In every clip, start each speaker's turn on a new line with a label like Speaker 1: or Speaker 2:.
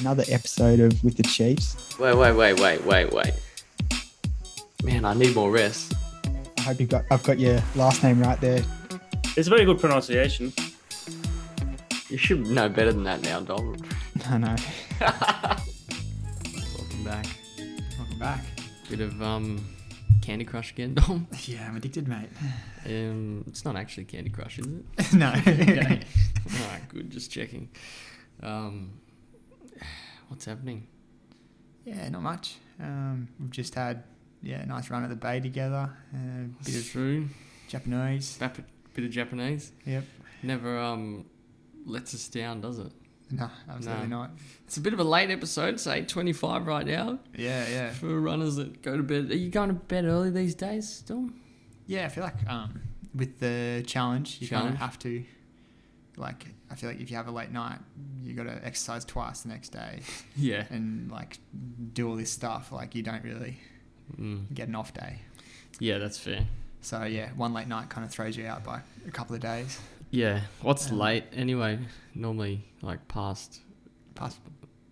Speaker 1: another episode of With the Chiefs.
Speaker 2: Wait, wait, wait, wait, wait, wait. Man, I need more rest.
Speaker 1: I hope you got I've got your last name right there.
Speaker 3: It's a very good pronunciation.
Speaker 2: You should know better than that now, Donald.
Speaker 1: No, no.
Speaker 2: Welcome back.
Speaker 4: Welcome back.
Speaker 2: Bit of um, Candy Crush again, Dom.
Speaker 4: Yeah, I'm addicted, mate.
Speaker 2: Um, it's not actually Candy Crush, is it?
Speaker 4: no.
Speaker 2: All right, good. Just checking. Um, what's happening?
Speaker 4: Yeah, not much. Um, we've just had yeah, a nice run at the bay together. Uh, a bit of
Speaker 2: Shrew,
Speaker 4: Japanese.
Speaker 2: bap- bit of Japanese.
Speaker 4: Yep.
Speaker 2: Never um, lets us down, does it?
Speaker 4: No, absolutely
Speaker 2: No.
Speaker 4: not.
Speaker 2: It's a bit of a late episode. Say twenty-five right now
Speaker 4: Yeah, yeah.
Speaker 2: for runners that go to bed. Are you going to bed early these days, still?
Speaker 4: Yeah, I feel like um, with the challenge, you kind
Speaker 2: Challenge.
Speaker 4: of have to, like, I feel like if you have a late night, you got to exercise twice the next day
Speaker 2: Yeah.
Speaker 4: and like do all this stuff. Like, you don't really
Speaker 2: Mm.
Speaker 4: get an off day.
Speaker 2: Yeah, that's fair.
Speaker 4: So yeah, one late night kind of throws you out by a couple of days.
Speaker 2: Yeah. What's
Speaker 4: Um,
Speaker 2: late anyway? Normally, like past.
Speaker 4: Past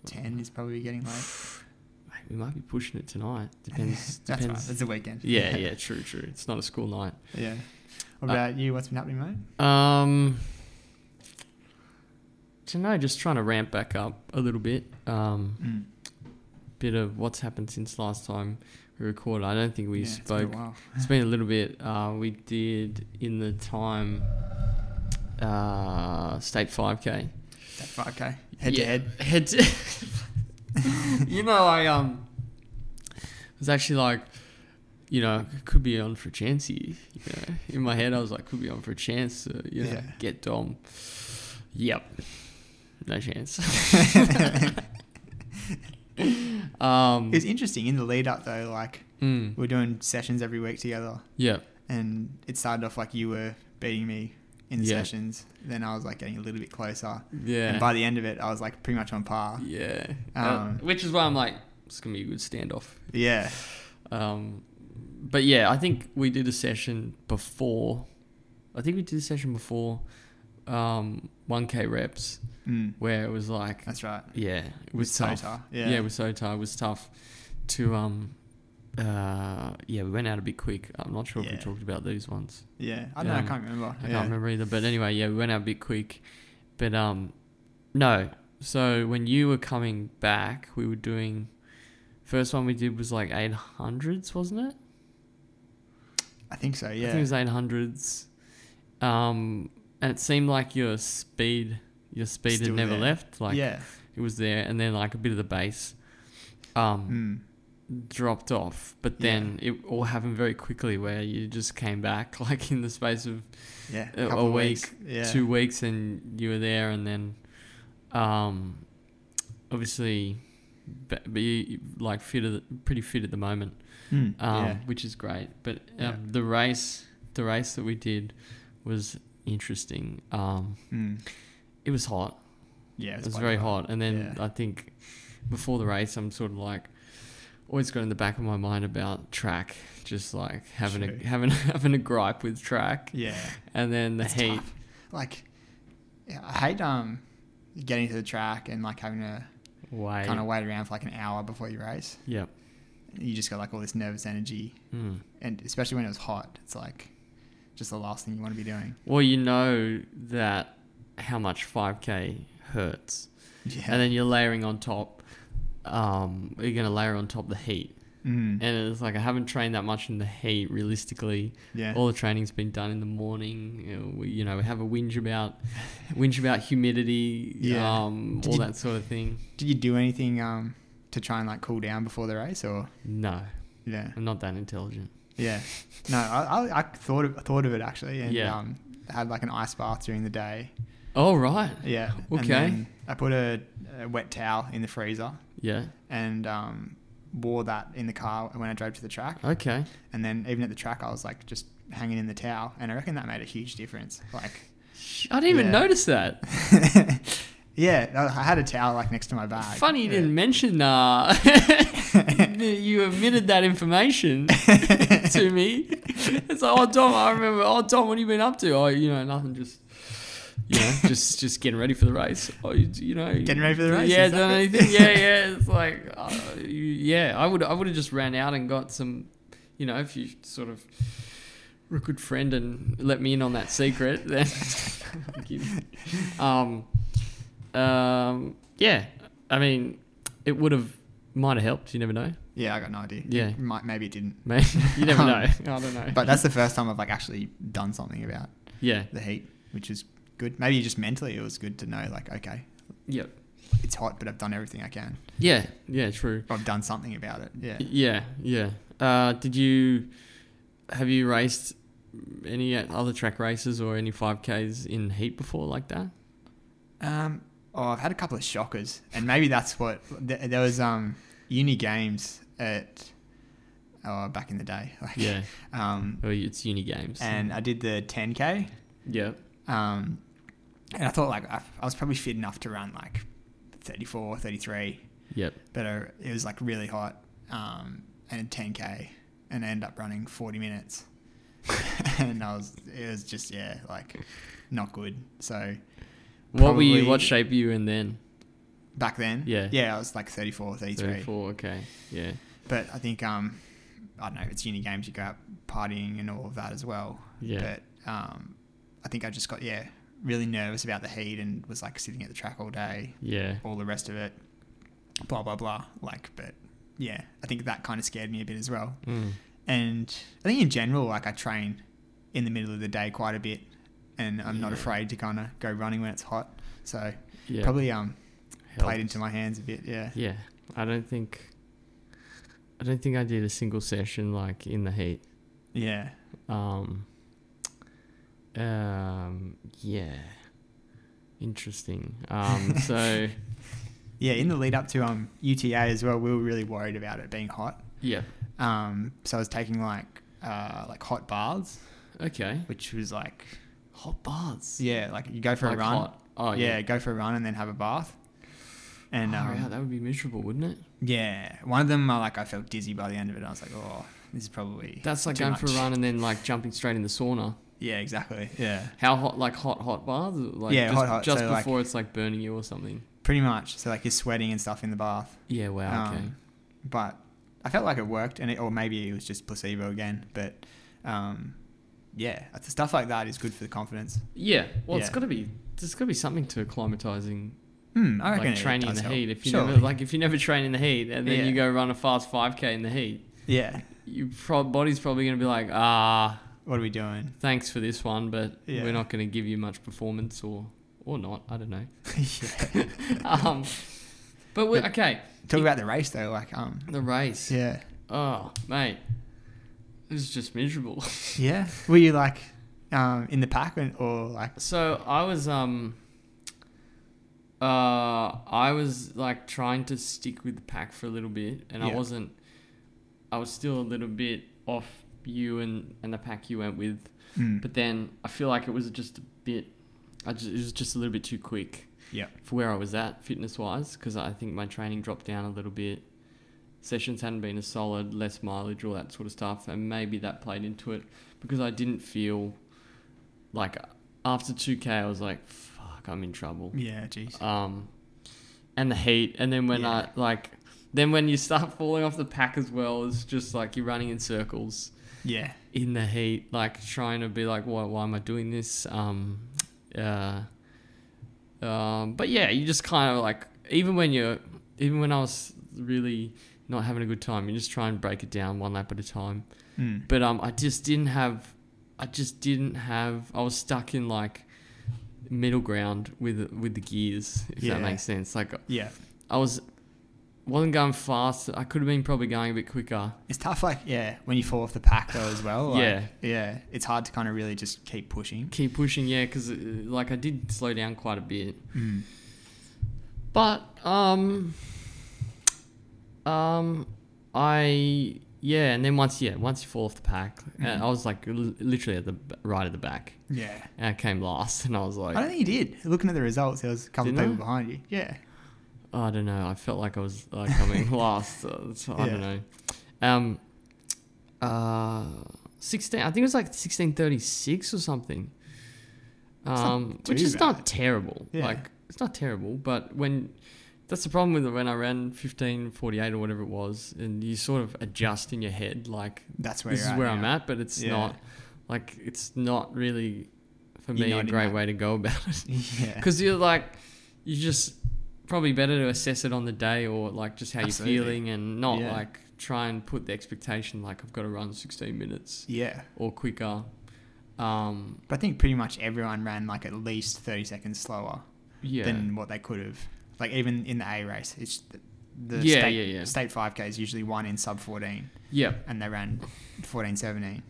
Speaker 4: ten is probably getting late.
Speaker 2: Mate, We might be pushing it tonight. Depends.
Speaker 4: That's right.
Speaker 2: depends.
Speaker 4: It's a weekend.
Speaker 2: Yeah, yeah, Uh, true, true. It's not a school night.
Speaker 4: yeah. What about you? What's been happening, mate?
Speaker 2: Um, to know, just trying to ramp back up a little bit. Um,
Speaker 4: Mm.
Speaker 2: bit of what's happened since last time we recorded. I don't think we
Speaker 4: Yeah, it's been a
Speaker 2: spoke.
Speaker 4: while.
Speaker 2: It's been a little bit. Uh, we did in the time. Uh, state five k.
Speaker 4: That five k head to head.
Speaker 2: Head to You know, I um was actually like, you know, could be on for a chance here. You know, in my head, I was like, could be on for a chance to, you know,
Speaker 4: Yeah.
Speaker 2: get Dom. Yep, no chance. Um,
Speaker 4: It was interesting in the lead up though. Like
Speaker 2: mm,
Speaker 4: we we're doing sessions every week together.
Speaker 2: yeah,
Speaker 4: and it started off like you were beating me in the
Speaker 2: Yeah.
Speaker 4: sessions. Then I was like getting a little bit closer,
Speaker 2: yeah,
Speaker 4: and by the end of it, I was like pretty much on par.
Speaker 2: yeah.
Speaker 4: Um,
Speaker 2: uh, which is why I'm like, it's gonna be a good standoff.
Speaker 4: Yeah,
Speaker 2: Um, but yeah, I think we did a session before. I think we did a session before um, 1K reps
Speaker 4: mm,
Speaker 2: where it was like,
Speaker 4: that's right.
Speaker 2: yeah, it was
Speaker 4: With
Speaker 2: tough.
Speaker 4: Sota,
Speaker 2: Yeah.
Speaker 4: yeah.
Speaker 2: it was so tough. It was tough to, um, uh, yeah, we went out a bit quick. I'm not sure if
Speaker 4: Yeah.
Speaker 2: we talked about these ones.
Speaker 4: Yeah, I don't know.
Speaker 2: Um,
Speaker 4: I can't remember.
Speaker 2: I
Speaker 4: yeah.
Speaker 2: can't remember either. But anyway, yeah, we went out a bit quick. But um, no. So when you were coming back, we were doing. First one we did was like 800s, wasn't it?
Speaker 4: I think so.
Speaker 2: I
Speaker 4: Yeah,
Speaker 2: think it was eight hundreds. Um, and it seemed like your speed, your speed had
Speaker 4: Still
Speaker 2: never
Speaker 4: there.
Speaker 2: left. Like
Speaker 4: yeah.
Speaker 2: it was there, and then like a bit of the base, um,
Speaker 4: Mm.
Speaker 2: dropped off. But
Speaker 4: Yeah.
Speaker 2: then it all happened very quickly, where you just came back like in the space of
Speaker 4: Yeah,
Speaker 2: a-
Speaker 4: couple
Speaker 2: a
Speaker 4: of
Speaker 2: week,
Speaker 4: weeks. Yeah,
Speaker 2: two weeks, and you were there, and then, um, obviously, but but you you, like fit, at the, pretty fit at the moment
Speaker 4: Mm,
Speaker 2: um,
Speaker 4: yeah.
Speaker 2: which is great. But um,
Speaker 4: Yeah.
Speaker 2: the race, the race that we did was interesting. Um,
Speaker 4: Mm.
Speaker 2: it was hot.
Speaker 4: yeah,
Speaker 2: It was
Speaker 4: quite
Speaker 2: very
Speaker 4: hard.
Speaker 2: hot. And then
Speaker 4: Yeah.
Speaker 2: I think before the race, I'm sort of like always got in the back of my mind about track, just like having
Speaker 4: True.
Speaker 2: a having having a gripe with track,
Speaker 4: Yeah,
Speaker 2: and then the
Speaker 4: It's
Speaker 2: heat.
Speaker 4: tough. like yeah, I hate um getting to the track and like having to
Speaker 2: Way.
Speaker 4: kind of wait around for like an hour before you race.
Speaker 2: yeah.
Speaker 4: You just got like all this nervous energy
Speaker 2: Mm.
Speaker 4: and especially when it was hot, it's like just the last thing you want to be doing.
Speaker 2: Well, you know that how much 5k hurts,
Speaker 4: Yeah.
Speaker 2: and then you're layering on top. Um, you're gonna layer on top the heat.
Speaker 4: mm,
Speaker 2: And it's like I haven't trained that much in the heat. Realistically,
Speaker 4: yeah.
Speaker 2: all the training's been done in the morning. You know, we, you know, we have a whinge about whinge about humidity,
Speaker 4: Yeah.
Speaker 2: um,
Speaker 4: Did
Speaker 2: all
Speaker 4: you-
Speaker 2: that sort of thing.
Speaker 4: Did you do anything um to try and like cool down before the race or
Speaker 2: No,
Speaker 4: yeah
Speaker 2: I'm not that intelligent.
Speaker 4: yeah no I, I, I thought of, thought of it actually and
Speaker 2: Yeah.
Speaker 4: um had like an ice bath during the day
Speaker 2: Oh right,
Speaker 4: yeah and
Speaker 2: Okay.
Speaker 4: then I put a, a wet towel in the freezer
Speaker 2: yeah,
Speaker 4: and um wore that in the car when I drove to the track
Speaker 2: okay,
Speaker 4: and then even at the track I was like just hanging in the towel and I reckon that made a huge difference like
Speaker 2: Sh- I didn't even
Speaker 4: Yeah.
Speaker 2: notice that.
Speaker 4: yeah I had a towel like next to my bag
Speaker 2: Funny you
Speaker 4: Yeah.
Speaker 2: didn't mention uh, you omitted that information to me. It's like, oh Tom, I remember. Oh Tom, what have you been up to? Oh, you know, nothing. Just you know, just just getting ready for the race. Oh, you, you know,
Speaker 4: Getting ready for the race,
Speaker 2: Yeah,
Speaker 4: is that
Speaker 2: done
Speaker 4: it?
Speaker 2: anything? Yeah, yeah. It's like, uh, you- yeah, I would I would have just ran out and got some, you know, if you sort of were a good friend and let me in on that secret, then. I'm kidding. um, um, yeah, I mean, it would have might have helped. You never know.
Speaker 4: Yeah, I got no idea.
Speaker 2: Yeah.
Speaker 4: It might, maybe it didn't.
Speaker 2: Maybe. You never
Speaker 4: Um,
Speaker 2: know. I don't know.
Speaker 4: But that's the first time I've like actually done something about
Speaker 2: yeah,
Speaker 4: the heat, which is good. Maybe just mentally, it was good to know like, okay,
Speaker 2: yep,
Speaker 4: it's hot, but I've done everything I can.
Speaker 2: yeah, yeah. True.
Speaker 4: I've done something about it. Yeah.
Speaker 2: Yeah, yeah. Uh, did you have you raced any other track races or any five Ks in heat before like that?
Speaker 4: Um, oh, I've had a couple of shockers, and maybe that's what th- there was. Um, uni games at oh, back in the day. Like,
Speaker 2: Yeah,
Speaker 4: Um,
Speaker 2: oh, it's uni games.
Speaker 4: and I did the 10k.
Speaker 2: yeah,
Speaker 4: Um, and I thought like I, I was probably fit enough to run like 34, 33,
Speaker 2: yep,
Speaker 4: but I, it was like really hot. Um, and 10k, and I ended up running 40 minutes, and I was it was just yeah like not good. So
Speaker 2: What were you? What
Speaker 4: Probably-
Speaker 2: shape were you in then?
Speaker 4: back then,
Speaker 2: Yeah.
Speaker 4: yeah, I was like 34, 33.
Speaker 2: Thirty-four. Okay. Yeah.
Speaker 4: But I think um, I don't know. It's uni games. You go out partying and all of that as well.
Speaker 2: Yeah.
Speaker 4: But um, I think I just got yeah really nervous about the heat and was like sitting at the track all day,
Speaker 2: Yeah.
Speaker 4: all the rest of it, blah blah blah. Like, but yeah, I think that kind of scared me a bit as well.
Speaker 2: Mm.
Speaker 4: And I think in general, like I train in the middle of the day quite a bit, and I'm not
Speaker 2: Yeah.
Speaker 4: afraid to kind of go running when it's hot. So
Speaker 2: Yeah.
Speaker 4: probably um played
Speaker 2: helped.
Speaker 4: into my hands a bit. Yeah.
Speaker 2: Yeah, I don't think. I don't think I did a single session like in the heat.
Speaker 4: Yeah.
Speaker 2: Um, um, yeah. Interesting. Um, so,
Speaker 4: Yeah, in the lead up to um, UTA as well, we were really worried about it being hot.
Speaker 2: yeah.
Speaker 4: Um, so I was taking like uh, like hot baths,
Speaker 2: Okay.
Speaker 4: which was like
Speaker 2: Hot baths.
Speaker 4: yeah, like you go for
Speaker 2: Like
Speaker 4: a run.
Speaker 2: hot. Oh, yeah.
Speaker 4: yeah,
Speaker 2: Oh,
Speaker 4: go for a run and then have a bath. And
Speaker 2: And
Speaker 4: um,
Speaker 2: that would be miserable, wouldn't it?
Speaker 4: yeah, one of them I like I felt dizzy by the end of it. I was like, oh, this is probably
Speaker 2: That's like
Speaker 4: too
Speaker 2: going for a
Speaker 4: much."
Speaker 2: run and then like jumping straight in the sauna.
Speaker 4: Yeah, exactly. Yeah,
Speaker 2: How hot? Like hot, hot baths? Like
Speaker 4: Yeah,
Speaker 2: just,
Speaker 4: hot, hot.
Speaker 2: Just
Speaker 4: So, like-
Speaker 2: before it's like burning you or something.
Speaker 4: pretty much. So like you're sweating and stuff in the bath.
Speaker 2: Yeah. Wow. Ah, Okay.
Speaker 4: Um, But I felt like it worked, and it, or maybe it was just placebo again. But um, yeah, it's- stuff like that is good for the confidence.
Speaker 2: yeah. Well, it's
Speaker 4: yeah.
Speaker 2: got to be. There's got to be something to acclimatizing
Speaker 4: Hmm, I reckon
Speaker 2: like
Speaker 4: it
Speaker 2: training in the
Speaker 4: does help.
Speaker 2: heat. If you
Speaker 4: Surely.
Speaker 2: never like if you never train in the heat and then
Speaker 4: Yeah.
Speaker 2: you go run a fast five k in the heat,
Speaker 4: yeah,
Speaker 2: your pro- body's probably going to be like, ah,
Speaker 4: what are we doing?
Speaker 2: thanks for this one, but
Speaker 4: Yeah.
Speaker 2: we're not going to give you much performance or or not. I don't know.
Speaker 4: yeah.
Speaker 2: um, but we, okay,
Speaker 4: Talk about the race though, like um,
Speaker 2: the race.
Speaker 4: yeah,
Speaker 2: Oh, mate, it was just miserable.
Speaker 4: yeah. Were you like um in the pack when, or like
Speaker 2: So I was um uh I was like trying to stick with the pack for a little bit and I
Speaker 4: Yeah.
Speaker 2: wasn't I was still a little bit off you and and the pack you went with
Speaker 4: mm,
Speaker 2: but then I feel like it was just a bit I just, it was just a little bit too quick
Speaker 4: yeah,
Speaker 2: for where I was at fitness wise because I think my training dropped down a little bit sessions hadn't been as solid less mileage all that sort of stuff and maybe that played into it because I didn't feel like after 2k I was like fuck I'm in trouble
Speaker 4: yeah? Jeez,
Speaker 2: um and the heat and then when
Speaker 4: Yeah.
Speaker 2: I like then when you start falling off the pack as well it's just like you're running in circles
Speaker 4: yeah,
Speaker 2: in the heat, like trying to be like, why, why am I doing this? Um, uh, um, but yeah, you just kind of like, even when you're, even when I was really not having a good time, you just try and break it down one lap at a time.
Speaker 4: mm,
Speaker 2: But um, I just didn't have, I just didn't have, I was stuck in like middle ground with with the gears, if
Speaker 4: Yeah.
Speaker 2: that makes sense. Like
Speaker 4: yeah.
Speaker 2: I was, wasn't going fast. I could have been probably going a bit quicker.
Speaker 4: It's tough, like yeah, when you fall off the pack though as well. Like,
Speaker 2: Yeah.
Speaker 4: yeah. It's hard to kind of really just keep pushing.
Speaker 2: Keep pushing, yeah, because like I did slow down quite a bit.
Speaker 4: Mm.
Speaker 2: But um, um, I yeah, and then once yeah, once you fall off the pack, uh
Speaker 4: Mm.
Speaker 2: I was like l- literally at the b- right at the back,
Speaker 4: Yeah,
Speaker 2: and I came last, and I was like,
Speaker 4: I don't think you did. Looking at the results, there was a couple of
Speaker 2: Didn't
Speaker 4: people
Speaker 2: I?
Speaker 4: behind you. Yeah,
Speaker 2: I don't know, I felt like I was uh, coming last. Uh, so I
Speaker 4: Yeah.
Speaker 2: don't know. Um, uh, sixteen. I think it was like sixteen thirty six or something.
Speaker 4: not
Speaker 2: um,
Speaker 4: too
Speaker 2: which is
Speaker 4: bad.
Speaker 2: not terrible.
Speaker 4: Yeah.
Speaker 2: Like it's not terrible, but when that's the problem with when I ran fifteen forty eight or whatever it was, and you sort of adjust in your head like
Speaker 4: That's where
Speaker 2: this
Speaker 4: you're
Speaker 2: is
Speaker 4: at
Speaker 2: where
Speaker 4: now.
Speaker 2: I'm at, but it's
Speaker 4: Yeah.
Speaker 2: not like it's not really for
Speaker 4: You're
Speaker 2: me
Speaker 4: not
Speaker 2: a
Speaker 4: in
Speaker 2: great
Speaker 4: that-
Speaker 2: way to go about it
Speaker 4: Yeah.
Speaker 2: because you're like you just probably better to assess it on the day or like just how
Speaker 4: Absolutely.
Speaker 2: you're feeling and not
Speaker 4: Yeah.
Speaker 2: like try and put the expectation like I've got to run 16 minutes
Speaker 4: Yeah.
Speaker 2: or quicker. Um,
Speaker 4: But I think pretty much everyone ran like at least 30 seconds slower
Speaker 2: yeah,
Speaker 4: than what they could have. Like even in the A race, it's the, the
Speaker 2: Yeah,
Speaker 4: state,
Speaker 2: yeah, yeah.
Speaker 4: state 5K is usually one in sub 14
Speaker 2: yep,
Speaker 4: and they ran 14, 17.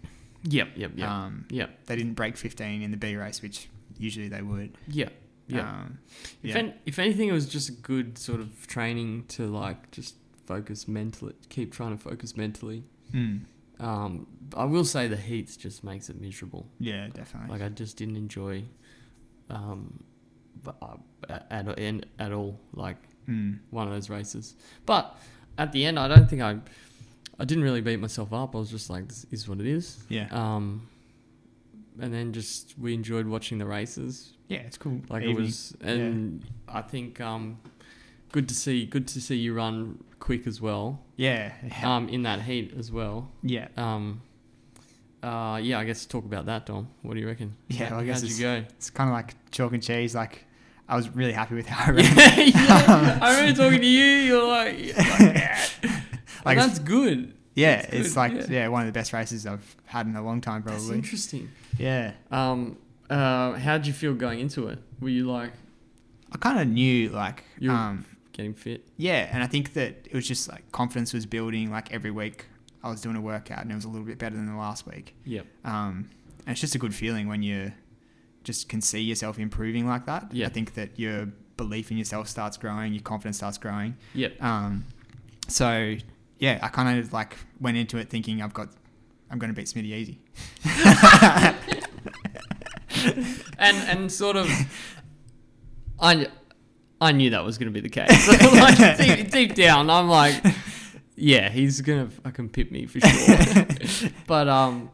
Speaker 2: yep, yep, yep,
Speaker 4: Um,
Speaker 2: yep,
Speaker 4: They didn't break 15 in the B race, which usually they would.
Speaker 2: yep, yep.
Speaker 4: Um,
Speaker 2: If,
Speaker 4: yeah.
Speaker 2: an- if anything, it was just a good sort of training to like just focus mentally, keep trying to focus mentally.
Speaker 4: Mm.
Speaker 2: Um, I will say the heats just makes it miserable.
Speaker 4: Yeah, definitely.
Speaker 2: Like I just didn't enjoy, um, but uh, at at- in- at all like
Speaker 4: mm.
Speaker 2: one of those races. But at the end, I don't think I, I didn't really beat myself up. I was just like, this is what it is.
Speaker 4: Yeah.
Speaker 2: Um, and then just we enjoyed watching the races.
Speaker 4: yeah, it's cool.
Speaker 2: Like
Speaker 4: Evening.
Speaker 2: it was, and I think um, good to see good to see you run quick as well.
Speaker 4: Yeah. Yeah.
Speaker 2: Um, in that heat as well.
Speaker 4: yeah.
Speaker 2: Um, uh, yeah, I guess talk about that, Dom. What do you reckon?
Speaker 4: Yeah, well, I guess
Speaker 2: how'd you go?
Speaker 4: It's kind of like chalk and cheese. Like, I was really happy with how I ran.
Speaker 2: yeah, yeah. I remember talking to you. You're like,
Speaker 4: Like,
Speaker 2: like that's good.
Speaker 4: Yeah,
Speaker 2: That's
Speaker 4: it's
Speaker 2: good,
Speaker 4: like yeah.
Speaker 2: yeah.
Speaker 4: one of the best races I've had in a long time,
Speaker 2: That's
Speaker 4: probably.
Speaker 2: interesting.
Speaker 4: Yeah,
Speaker 2: Um, uh, how'd you feel going into it? Were you like
Speaker 4: I kind of knew like
Speaker 2: You-
Speaker 4: um,
Speaker 2: getting fit?
Speaker 4: yeah, and I think that it was just like confidence was building. Like every week, I was doing a workout and it was a little bit better than the last week.
Speaker 2: Yep.
Speaker 4: Um, and it's just a good feeling when you just can see yourself improving like that.
Speaker 2: Yeah.
Speaker 4: I think that your belief in yourself starts growing, your confidence starts growing.
Speaker 2: Yep.
Speaker 4: Um, so yeah, I kind of like went into it thinking I've got, I'm going to beat Smitty easy.
Speaker 2: And and sort of, I kn- I knew that was gonna be the case. like deep, deep down, I'm like, yeah, he's gonna fucking pip me for sure. but um,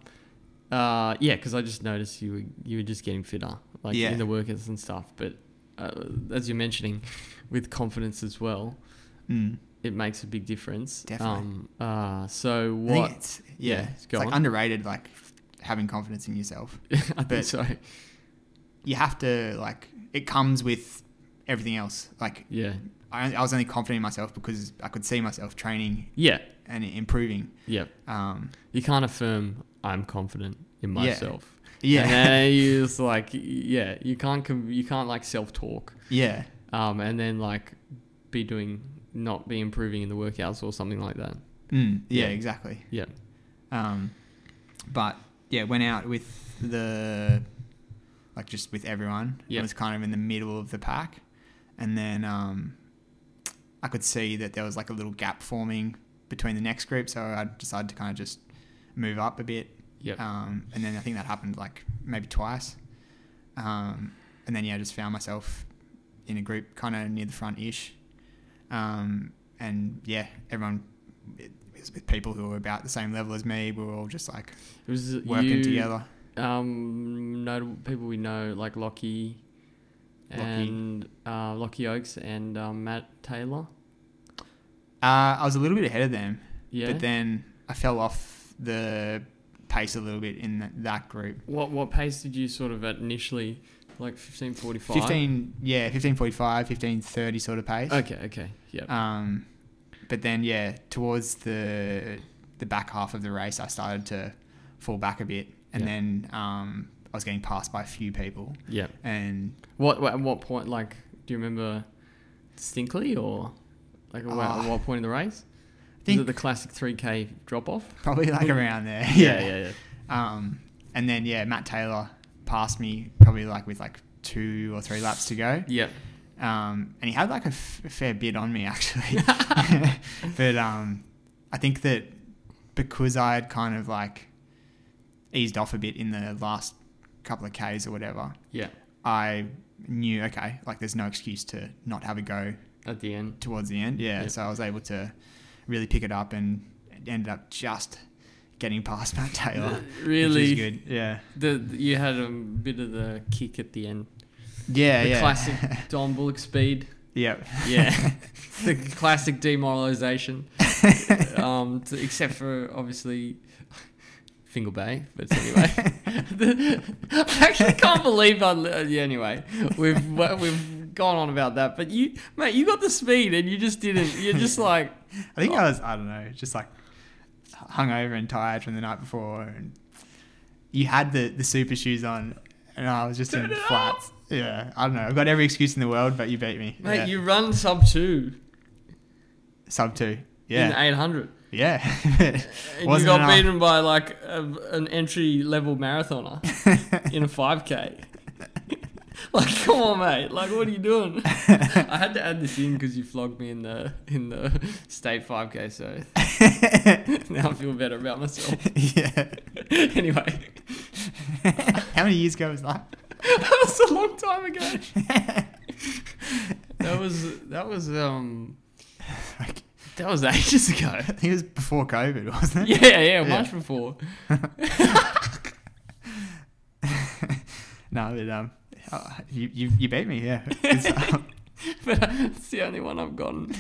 Speaker 2: uh, yeah, because I just noticed you were you were just getting fitter, like
Speaker 4: Yeah.
Speaker 2: in the workouts and stuff. But uh, as you're mentioning, with confidence as well,
Speaker 4: Mm.
Speaker 2: it makes a big difference.
Speaker 4: Definitely.
Speaker 2: Um, uh, so
Speaker 4: I think
Speaker 2: what?
Speaker 4: it's,
Speaker 2: Yeah,
Speaker 4: yeah,
Speaker 2: it's
Speaker 4: it's
Speaker 2: go
Speaker 4: like
Speaker 2: on.
Speaker 4: underrated, like having confidence in yourself.
Speaker 2: I think
Speaker 4: but-
Speaker 2: so.
Speaker 4: You have to like it comes with everything else. Like
Speaker 2: Yeah.
Speaker 4: I, I was only confident in myself because I could see myself training
Speaker 2: Yeah.
Speaker 4: and improving.
Speaker 2: Yeah.
Speaker 4: Um,
Speaker 2: You can't affirm I'm confident in
Speaker 4: Yeah.
Speaker 2: myself.
Speaker 4: yeah,
Speaker 2: And then you just like yeah, you can't com- you can't like self talk.
Speaker 4: yeah,
Speaker 2: Um, and then like be doing not be improving in the workouts or something like that.
Speaker 4: mm, yeah,
Speaker 2: Yeah.
Speaker 4: exactly.
Speaker 2: Yeah.
Speaker 4: Um, but yeah, went out with the like just with everyone.
Speaker 2: Yeah.
Speaker 4: I was kind of in the middle of the pack, and then um, I could see that there was like a little gap forming between the next group, so I decided to kind of just move up a bit.
Speaker 2: Yep.
Speaker 4: Um, and then I think that happened like maybe twice, um, and then yeah, I just found myself in a group kind of near the front ish, um, and yeah, everyone it was with people who were about the same level as me. We were all just like
Speaker 2: It was uh,
Speaker 4: working
Speaker 2: you,
Speaker 4: together.
Speaker 2: Um, notable people we know like Lockie,
Speaker 4: Lockie.
Speaker 2: and uh, Lockie Oaks and um, Matt Taylor.
Speaker 4: Uh, I was a little bit ahead of them,
Speaker 2: Yeah.
Speaker 4: but then I fell off the pace a little bit in that, that group.
Speaker 2: What what pace did you sort of at initially, like fifteen forty five?
Speaker 4: Fifteen, yeah, 1545, 1530 sort of pace.
Speaker 2: Okay, okay, yeah,
Speaker 4: Um, but then yeah, towards the the back half of the race, I started to fall back a bit, and
Speaker 2: Yeah.
Speaker 4: then um, I was getting passed by a few people,
Speaker 2: yeah.
Speaker 4: and
Speaker 2: What what- at what point? Like, do you remember distinctly, or like at what- at
Speaker 4: Ah.
Speaker 2: what point in the race?
Speaker 4: I
Speaker 2: Is
Speaker 4: think
Speaker 2: it the classic three k drop off?
Speaker 4: probably like around there.
Speaker 2: yeah, yeah.
Speaker 4: Um, and then yeah, Matt Taylor passed me probably like with like two or three laps to go.
Speaker 2: Yeah,
Speaker 4: Um, and he had like a f- a fair bit on me actually, but um, I think that because I had kind of like eased off a bit in the last couple of k's or whatever,
Speaker 2: yeah.
Speaker 4: I knew okay, like there's no excuse to not have a go
Speaker 2: At the end,
Speaker 4: towards the end. Yeah,
Speaker 2: Yep.
Speaker 4: so I was able to really pick it up and ended up just getting past Matt Taylor.
Speaker 2: really,
Speaker 4: Which is good. Yeah.
Speaker 2: The, you had a bit of the kick at the end.
Speaker 4: Yeah.
Speaker 2: the
Speaker 4: yeah.
Speaker 2: classic Don Bullock speed.
Speaker 4: yep.
Speaker 2: Yeah, the classic demoralization. um, t- except for obviously Fingal Bay, but anyway, The- I actually can't believe I. li- uh, Yeah, anyway, we've wa- we've gone on about that, but you, mate, you got the speed, and you just didn't. You're just like,
Speaker 4: I think I was, I don't know, just like hungover and tired from the night before. And you had the, the super shoes on, and I was just
Speaker 2: Turn
Speaker 4: in
Speaker 2: it
Speaker 4: flats. Yeah, I don't know. I've got every excuse in the world, but you beat me.
Speaker 2: mate,
Speaker 4: yeah.
Speaker 2: you run sub two
Speaker 4: sub two.
Speaker 2: in
Speaker 4: Yeah,
Speaker 2: eight hundred.
Speaker 4: yeah.
Speaker 2: And you
Speaker 4: Wasn't
Speaker 2: got
Speaker 4: enough.
Speaker 2: beaten by like a, an entry level marathoner in a 5k. like, come on, mate! Like, what are you doing? I had to add this in because you flogged me in the in the state 5k. So now I feel better about myself.
Speaker 4: yeah.
Speaker 2: anyway,
Speaker 4: How many years ago was that?
Speaker 2: that was a long time ago. That was that was um
Speaker 4: Like,
Speaker 2: that was ages ago.
Speaker 4: I think it was before COVID, wasn't it?
Speaker 2: Yeah, yeah, much before.
Speaker 4: No, but um, uh, you, you you beat me. Yeah. It's-
Speaker 2: but it's the only one I've gotten.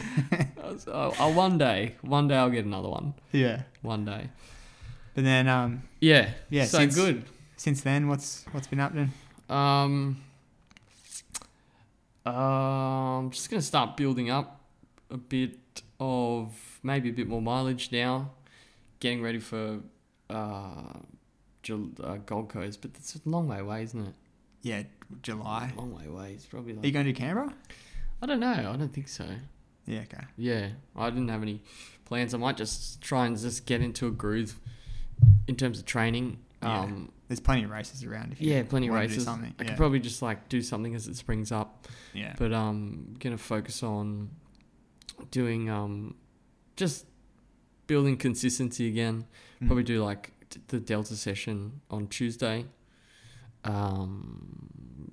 Speaker 2: I was, oh, oh, one day, one day I'll get another one.
Speaker 4: yeah.
Speaker 2: One day.
Speaker 4: But then um,
Speaker 2: Yeah.
Speaker 4: Yeah,
Speaker 2: So
Speaker 4: since-
Speaker 2: good.
Speaker 4: since then, what's what's been happening?
Speaker 2: Um, uh, I'm just gonna start building up a bit of maybe a bit more mileage now. Getting ready for uh, Jul- uh Gold Coast, but it's a long way away, isn't it?
Speaker 4: Yeah, July.
Speaker 2: Long way away. It's probably
Speaker 4: Are you
Speaker 2: like
Speaker 4: going to Canberra?
Speaker 2: I don't know. I don't think so.
Speaker 4: Yeah, okay.
Speaker 2: Yeah, I didn't have any plans. I might just try and just get into a groove in terms of training.
Speaker 4: Yeah.
Speaker 2: Um,
Speaker 4: There's plenty of races around. If you
Speaker 2: yeah, plenty of
Speaker 4: wanna do
Speaker 2: races.
Speaker 4: something.
Speaker 2: I
Speaker 4: yeah.
Speaker 2: could probably just like do something as it springs up.
Speaker 4: yeah.
Speaker 2: but um gonna focus on doing um just building consistency again
Speaker 4: Hmm.
Speaker 2: probably do like t- the delta session on tuesday um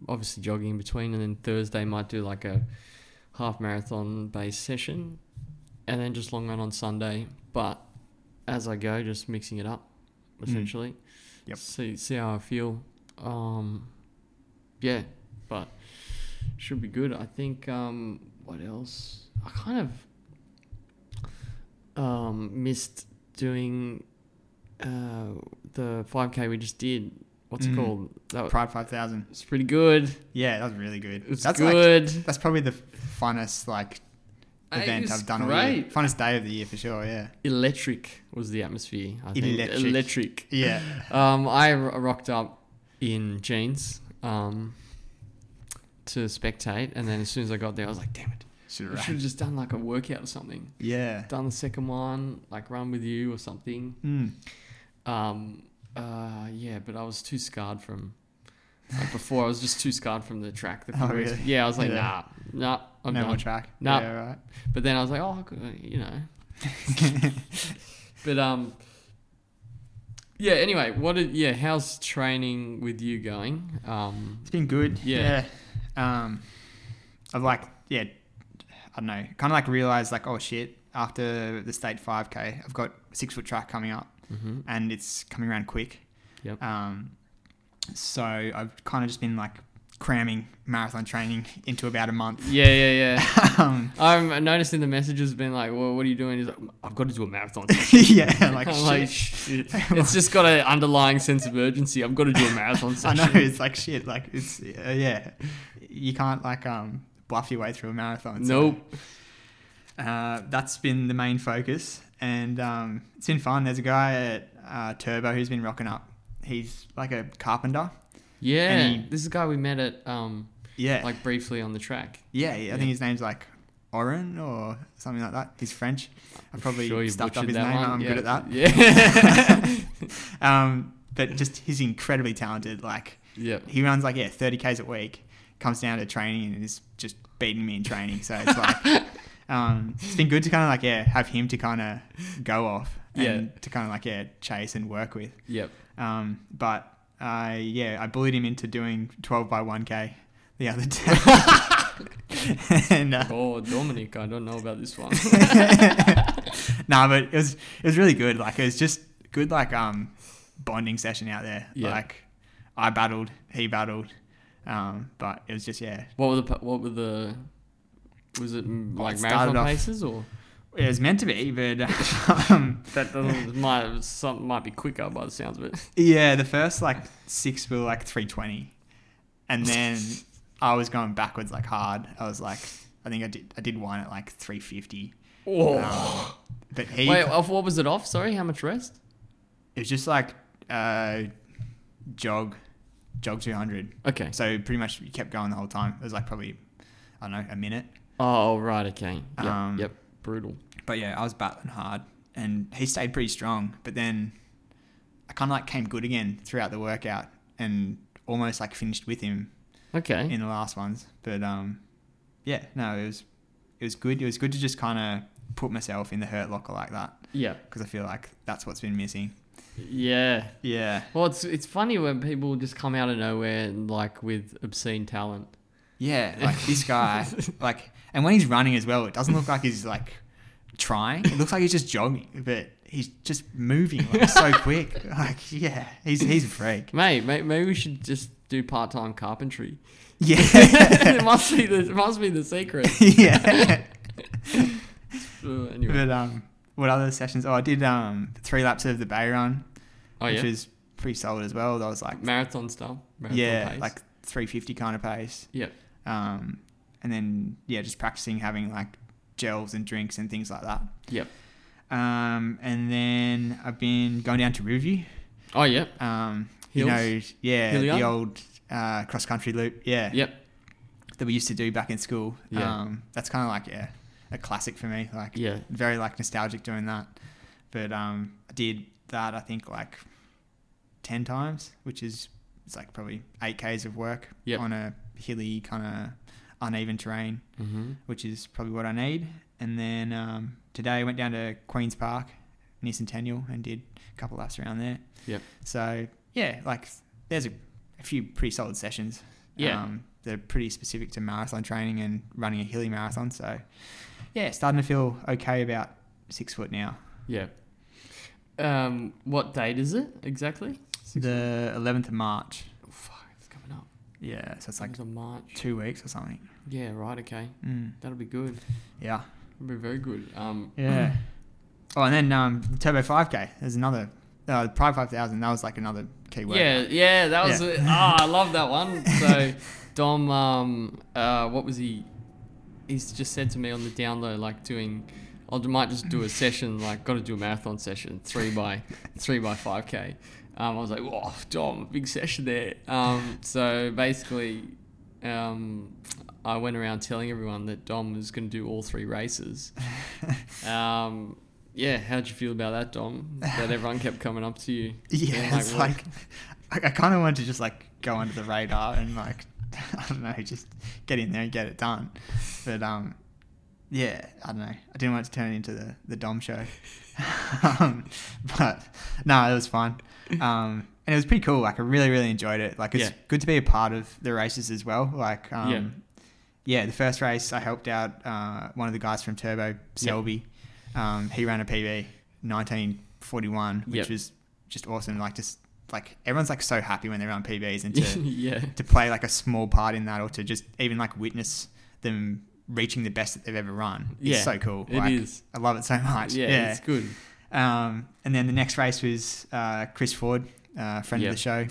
Speaker 2: obviously jogging in between and then thursday might do like a half marathon based session and then just long run on sunday but as i go just mixing it up
Speaker 4: Mm.
Speaker 2: essentially
Speaker 4: Yep.
Speaker 2: see see how i feel um yeah but should be good i think um what else i kind of um, missed doing uh, the 5k we just did. What's
Speaker 4: Mm.
Speaker 2: it called? That was,
Speaker 4: Pride 5000.
Speaker 2: it's pretty good.
Speaker 4: Yeah, that was really good.
Speaker 2: It was
Speaker 4: that's Like,
Speaker 2: good.
Speaker 4: that's probably the funnest like
Speaker 2: Hey, it
Speaker 4: event
Speaker 2: was
Speaker 4: I've done all year.
Speaker 2: great.
Speaker 4: Funnest day of the year for sure. Yeah.
Speaker 2: Electric was the atmosphere. I think
Speaker 4: Electric.
Speaker 2: electric.
Speaker 4: Yeah.
Speaker 2: Um, I r- rocked up in jeans um, to spectate, and then as soon as I got there, I was like, "Damn it!
Speaker 4: Should
Speaker 2: I should have just done like a workout or something.
Speaker 4: Yeah.
Speaker 2: Done the second one, like run with you or something."
Speaker 4: Mm.
Speaker 2: Um, uh, yeah, but I was too scarred from like before. I was just too scarred from the track. The few
Speaker 4: Oh,
Speaker 2: weeks-
Speaker 4: really?
Speaker 2: Yeah, I was like,
Speaker 4: Yeah.
Speaker 2: nah, nah, I'm
Speaker 4: no more
Speaker 2: done.
Speaker 4: track.
Speaker 2: No.
Speaker 4: Yeah, right.
Speaker 2: But then I was like, oh, I could- you know. But um, yeah. Anyway, what? Did, yeah, how's training with you going? Um,
Speaker 4: It's been good.
Speaker 2: Yeah.
Speaker 4: Yeah. Um, I've like, yeah, I don't know, kind of like realized like, oh shit, after the state 5K, I've got six foot track coming up
Speaker 2: mhm.
Speaker 4: and it's coming around quick.
Speaker 2: Yep.
Speaker 4: Um, so I've kind of just been like cramming marathon training into about a month.
Speaker 2: Yeah, yeah, yeah.
Speaker 4: um,
Speaker 2: I'm I noticed in the messages been like, well, what are you doing? He's like, I've got to do a marathon.
Speaker 4: yeah, like,
Speaker 2: I'm
Speaker 4: shit.
Speaker 2: like, shit. it's just got an underlying sense of urgency. I've got to do a marathon
Speaker 4: I
Speaker 2: session.
Speaker 4: know it's like shit. Like it's uh, yeah, you can't like um bluff your way through a marathon. so-
Speaker 2: Nope.
Speaker 4: Uh, that's been the main focus, and um, it's been fun. There's a guy at uh, Turbo who's been rocking up. He's like a carpenter.
Speaker 2: Yeah,
Speaker 4: And he-
Speaker 2: this is a guy we met at um
Speaker 4: Yeah,
Speaker 2: like briefly on the track.
Speaker 4: yeah. I
Speaker 2: yeah.
Speaker 4: think his name's like Oren or something like that. He's French. I probably
Speaker 2: you
Speaker 4: stuffed up
Speaker 2: butchered
Speaker 4: his
Speaker 2: that
Speaker 4: name.
Speaker 2: one.
Speaker 4: I'm
Speaker 2: yeah.
Speaker 4: good at that.
Speaker 2: Yeah,
Speaker 4: Um, but just he's incredibly talented. Like
Speaker 2: yeah.
Speaker 4: he runs like yeah 30 k's a week comes down to training and is just beating me in training so it's like um, it's been good to kind of like yeah have him to kind of go off and to kind of like yeah chase and work with
Speaker 2: Yep.
Speaker 4: um, but I yeah I bullied him into doing 12 by 1k the other day and uh,
Speaker 2: Oh, Dominic, I don't know about this one.
Speaker 4: no, but it was it was really good. Like it was just good like um bonding session out there.
Speaker 2: Yeah.
Speaker 4: Like I battled, he battled, um, but it was just yeah,
Speaker 2: What were the pa- what were the was it mm,
Speaker 4: Well,
Speaker 2: like
Speaker 4: it started
Speaker 2: marathon
Speaker 4: off-
Speaker 2: paces or
Speaker 4: it was meant to be, but um,
Speaker 2: that doesn't might some might be quicker by the sounds of it.
Speaker 4: yeah, the first like six were like three twenty, and then I was going backwards like hard. I was like, I think I did I did one at like three fifty. Oh. But he
Speaker 2: Wait, off, what was it off? Sorry, how much rest?
Speaker 4: it was just like uh, jog, jog two hundred.
Speaker 2: Okay.
Speaker 4: So pretty much you kept going the whole time. It was like probably, I don't know, a minute.
Speaker 2: Oh right, okay. Yep,
Speaker 4: Um,
Speaker 2: yep. Brutal.
Speaker 4: But yeah, I was battling hard and he stayed pretty strong. But then I kind of like came good again throughout the workout and almost like finished with him
Speaker 2: Okay.
Speaker 4: in the last ones. But um, yeah, no, it was it was good. It was good to just kind of put myself in the hurt locker like that
Speaker 2: yeah.
Speaker 4: because I feel like that's what's been missing.
Speaker 2: Yeah.
Speaker 4: Yeah,
Speaker 2: Well, it's it's funny when people just come out of nowhere and like with obscene talent.
Speaker 4: yeah, like this guy, like, and when he's running as well, it doesn't look like he's like trying. It looks like he's just jogging, but he's just moving like, so quick. Like, yeah, he's he's a freak.
Speaker 2: Mate, may, maybe we should just do part time carpentry.
Speaker 4: Yeah,
Speaker 2: it must be the it must be the secret.
Speaker 4: yeah.
Speaker 2: Uh, anyway.
Speaker 4: But um, what other sessions? Oh, I did um three laps of the Bay Run,
Speaker 2: Oh
Speaker 4: which
Speaker 2: yeah.
Speaker 4: was pretty solid as well. That was like
Speaker 2: marathon style. Marathon
Speaker 4: yeah,
Speaker 2: pace.
Speaker 4: like 350 kind of pace.
Speaker 2: Yep.
Speaker 4: Um, and then yeah, just practicing having like gels and drinks and things like that.
Speaker 2: Yep.
Speaker 4: Um, and then I've been going down to Riverview.
Speaker 2: Oh yeah.
Speaker 4: Um,
Speaker 2: Hills?
Speaker 4: you know, yeah,
Speaker 2: Hilliard?
Speaker 4: the old uh, cross country loop. Yeah,
Speaker 2: Yep.
Speaker 4: that we used to do back in school.
Speaker 2: Yeah.
Speaker 4: Um, that's kind of like yeah, a classic for me. Like
Speaker 2: Yeah.
Speaker 4: very like nostalgic doing that. But um, I did that I think like ten times, which is it's like probably eight k's of work
Speaker 2: Yep.
Speaker 4: on a hilly kind of uneven terrain,
Speaker 2: Mm-hmm.
Speaker 4: which is probably what I need. And then um, today I went down to Queens Park near Centennial and did a couple laps around there.
Speaker 2: Yep.
Speaker 4: So yeah, like there's a, a few pretty solid sessions.
Speaker 2: Yeah.
Speaker 4: Um, they're pretty specific to marathon training and running a hilly marathon. So yeah, starting to feel okay about six foot now.
Speaker 2: Yeah. Um, what date is it exactly?
Speaker 4: the 11th of March.
Speaker 2: Oh, fuck, it's coming up.
Speaker 4: Yeah, so it's like
Speaker 2: It's on March.
Speaker 4: two weeks or something.
Speaker 2: Yeah. Right. Okay.
Speaker 4: Mm.
Speaker 2: That'll be good.
Speaker 4: Yeah.
Speaker 2: That'll be very good. Um.
Speaker 4: Yeah. Oh, and then um, Turbo 5K. There's another. Uh, the Pride 5000. That was like another key word.
Speaker 2: Yeah, yeah, that was.
Speaker 4: Yeah.
Speaker 2: it. Ah, I love that one. So, Dom, um, uh, what was he? He's just said to me on the down low, like doing. I might just do a session, like got to do a marathon session, three by three by five k. Um, I was like, whoa, Dom, big session there. Um, so basically, um, I went around telling everyone that Dom was going to do all three races. Um, yeah, how'd you feel about that, Dom? That everyone kept coming up to you.
Speaker 4: Yeah,
Speaker 2: being
Speaker 4: it's
Speaker 2: "What?"
Speaker 4: like I, I kind of wanted to just like go under the radar and like I don't know, just get in there and get it done. But um, yeah, I don't know. I didn't want it to turn into the the dom show. um, but no, it was fun. Um, and it was pretty cool. Like I really, really enjoyed it. Like it's
Speaker 2: Yeah.
Speaker 4: good to be a part of the races as well. Like um,
Speaker 2: Yeah.
Speaker 4: yeah. the first race I helped out uh, one of the guys from Turbo Selby. Um, he ran a PB 1941, which
Speaker 2: Yep.
Speaker 4: was just awesome. Like just like everyone's like so happy when they're on PBs and to
Speaker 2: yeah.
Speaker 4: to play like a small part in that or to just even like witness them reaching the best that they've ever run.
Speaker 2: Yeah,
Speaker 4: it's so cool.
Speaker 2: it
Speaker 4: like,
Speaker 2: is.
Speaker 4: I love it so much.
Speaker 2: Yeah,
Speaker 4: Yeah.
Speaker 2: it's good.
Speaker 4: Um, and then the next race was uh, Chris Ford, uh, friend
Speaker 2: Yep.
Speaker 4: of the show,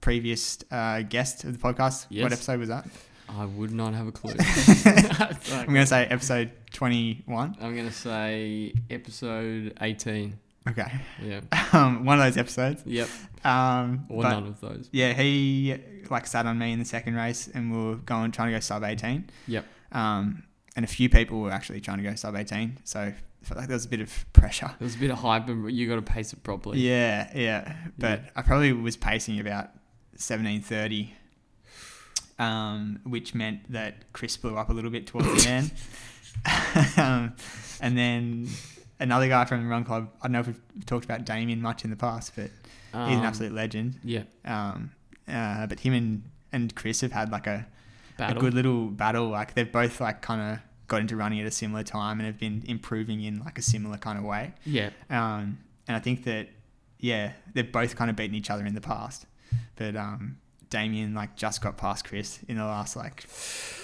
Speaker 4: previous uh, guest of the podcast.
Speaker 2: Yes.
Speaker 4: What episode was that?
Speaker 2: I would not have a clue.
Speaker 4: I'm going to say episode 21.
Speaker 2: I'm going to say episode 18.
Speaker 4: Okay.
Speaker 2: Yeah.
Speaker 4: Um, one of those episodes.
Speaker 2: Yep.
Speaker 4: Um,
Speaker 2: Or
Speaker 4: but-
Speaker 2: none of those.
Speaker 4: Yeah, he like sat on me in the second race, and we were going trying to go sub eighteen.
Speaker 2: Yep.
Speaker 4: Um, and a few people were actually trying to go sub eighteen, so I felt like there was a bit of pressure.
Speaker 2: There's a bit of hype, and you got to pace it properly.
Speaker 4: Yeah, yeah. But I probably was pacing about seventeen thirty, um, which meant that Chris blew up a little bit towards the end. um, and then another guy from the run club. I don't know if we've talked about Damien much in the past, but he's an
Speaker 2: Um,
Speaker 4: absolute legend.
Speaker 2: Yeah.
Speaker 4: Um, uh, but him and, and Chris have had like a, a
Speaker 2: Battle.
Speaker 4: good little battle. Like they've both like kind of got into running at a similar time and have been improving in like a similar kind of way.
Speaker 2: yeah.
Speaker 4: Um, and I think that yeah, they've both kind of beaten each other in the past. But um, Damien like just got past Chris in the last like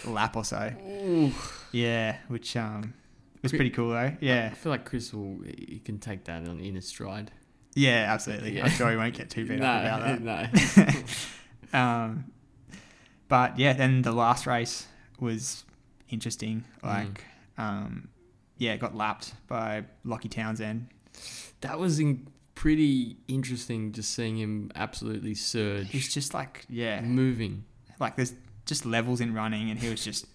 Speaker 4: lap or so.
Speaker 2: Ooh.
Speaker 4: Yeah, which um, was
Speaker 2: Chri-
Speaker 4: pretty cool though.
Speaker 2: I
Speaker 4: Yeah,
Speaker 2: feel like Chris will. He can take that on in a stride.
Speaker 4: yeah, absolutely.
Speaker 2: Yeah.
Speaker 4: I'm sure he won't get too beat up about that.
Speaker 2: no.
Speaker 4: um, but yeah, then the last race was interesting.
Speaker 2: Mm.
Speaker 4: Like, um, yeah, got lapped by Lockie Townsend.
Speaker 2: that was in pretty interesting. Just seeing him absolutely
Speaker 4: He's
Speaker 2: surge,
Speaker 4: just like, yeah,
Speaker 2: Mm. moving.
Speaker 4: like there's just levels in running, and he was just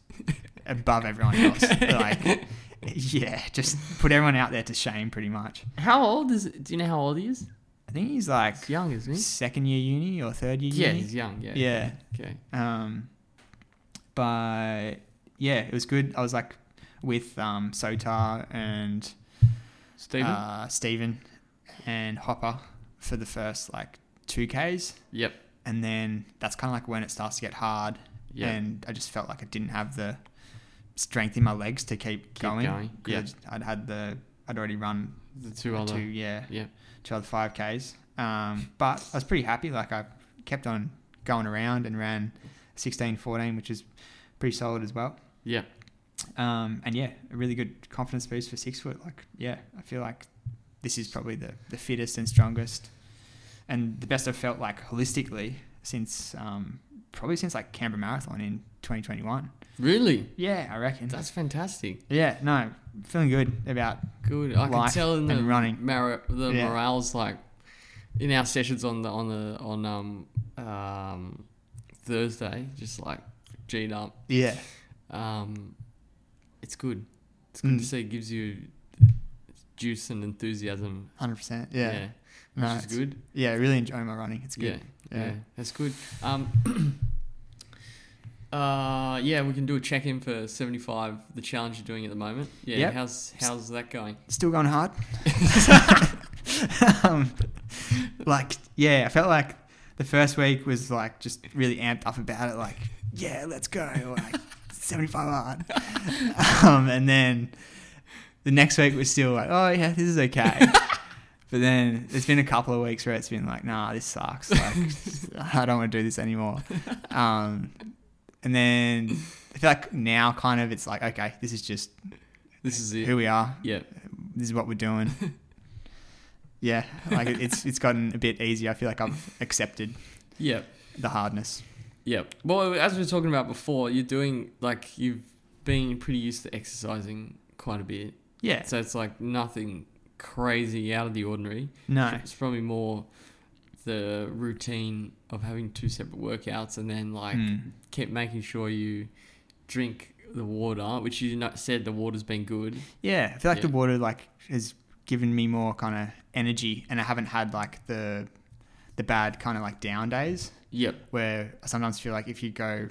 Speaker 4: above everyone else. Like, yeah, just put everyone out there to shame, pretty much.
Speaker 2: How old is? Do you know how old he is?
Speaker 4: I think he's like
Speaker 2: He's young, isn't he?
Speaker 4: second year uni or third year
Speaker 2: Yeah,
Speaker 4: uni.
Speaker 2: he's young. Yeah.
Speaker 4: Yeah.
Speaker 2: Okay.
Speaker 4: Um, but yeah, it was good. I was like with um, Sotar and
Speaker 2: Stephen.
Speaker 4: uh, Steven and Hopper for the first like two Ks.
Speaker 2: yep.
Speaker 4: And then that's kind of like when it starts to get hard.
Speaker 2: Yeah.
Speaker 4: And I just felt like I didn't have the strength in my legs to keep,
Speaker 2: Keep
Speaker 4: going.
Speaker 2: going,
Speaker 4: 'Cause
Speaker 2: yeah.
Speaker 4: I just- I'd had the, I'd already run
Speaker 2: The two
Speaker 4: the
Speaker 2: other.
Speaker 4: two, yeah,
Speaker 2: Yeah.
Speaker 4: two other 5Ks. Um, but I was pretty happy. Like I kept on going around and ran 16, 14, which is pretty solid as well.
Speaker 2: Yeah.
Speaker 4: Um, and yeah, a really good confidence boost for six foot. Like, yeah, I feel like this is probably the, the fittest and strongest and the best I've felt like holistically since um, probably since like Canberra Marathon in 2021.
Speaker 2: Really.
Speaker 4: Yeah, I reckon.
Speaker 2: That's fantastic.
Speaker 4: yeah, no, feeling good about
Speaker 2: Good. I can
Speaker 4: Life
Speaker 2: tell in the
Speaker 4: and running.
Speaker 2: Mar- the
Speaker 4: Yeah.
Speaker 2: morale's like in our sessions on the on the on um um Thursday, just like G'd up.
Speaker 4: yeah,
Speaker 2: Um, it's good. It's good
Speaker 4: Mm.
Speaker 2: to see. It gives you juice and enthusiasm.
Speaker 4: 100%. Yeah,
Speaker 2: which
Speaker 4: no,
Speaker 2: is
Speaker 4: it's-
Speaker 2: good.
Speaker 4: Yeah, really enjoying my running. It's
Speaker 2: Yeah,
Speaker 4: good.
Speaker 2: yeah,
Speaker 4: Yeah.
Speaker 2: that's good. Um, uh, yeah, we can do a check in for seventy five. The challenge you're doing at the moment. Yeah,
Speaker 4: Yep.
Speaker 2: how's how's that going?
Speaker 4: Still going hard. um, like, yeah, I felt like the first week was like just really amped up about it. Like, yeah, let's go. Like, 75 hard. Um, and then the next week was still like, oh, yeah, this is okay. But then there's been a couple of weeks where it's been like, nah, this sucks. Like, I don't want to do this anymore. Um, and then I feel like now kind of it's like, okay, this is just
Speaker 2: This is it.
Speaker 4: who we are.
Speaker 2: Yeah,
Speaker 4: This is what we're doing. yeah, like it- it's it's gotten a bit easier. I feel like I've accepted
Speaker 2: yeah.
Speaker 4: the hardness.
Speaker 2: Yeah. Well, as we were talking about before, you're doing like you've been pretty used to exercising quite a bit,
Speaker 4: Yeah.
Speaker 2: so it's like nothing crazy out of the ordinary.
Speaker 4: No.
Speaker 2: It's probably more the routine of having two separate workouts and then like
Speaker 4: Mm.
Speaker 2: keep making sure you drink the water, which you not said the water's been good.
Speaker 4: Yeah, I feel like the
Speaker 2: Yeah.
Speaker 4: water like has given me more kind of energy, and I haven't had like the the bad kind of like down days
Speaker 2: Yep.
Speaker 4: where I sometimes feel like if you go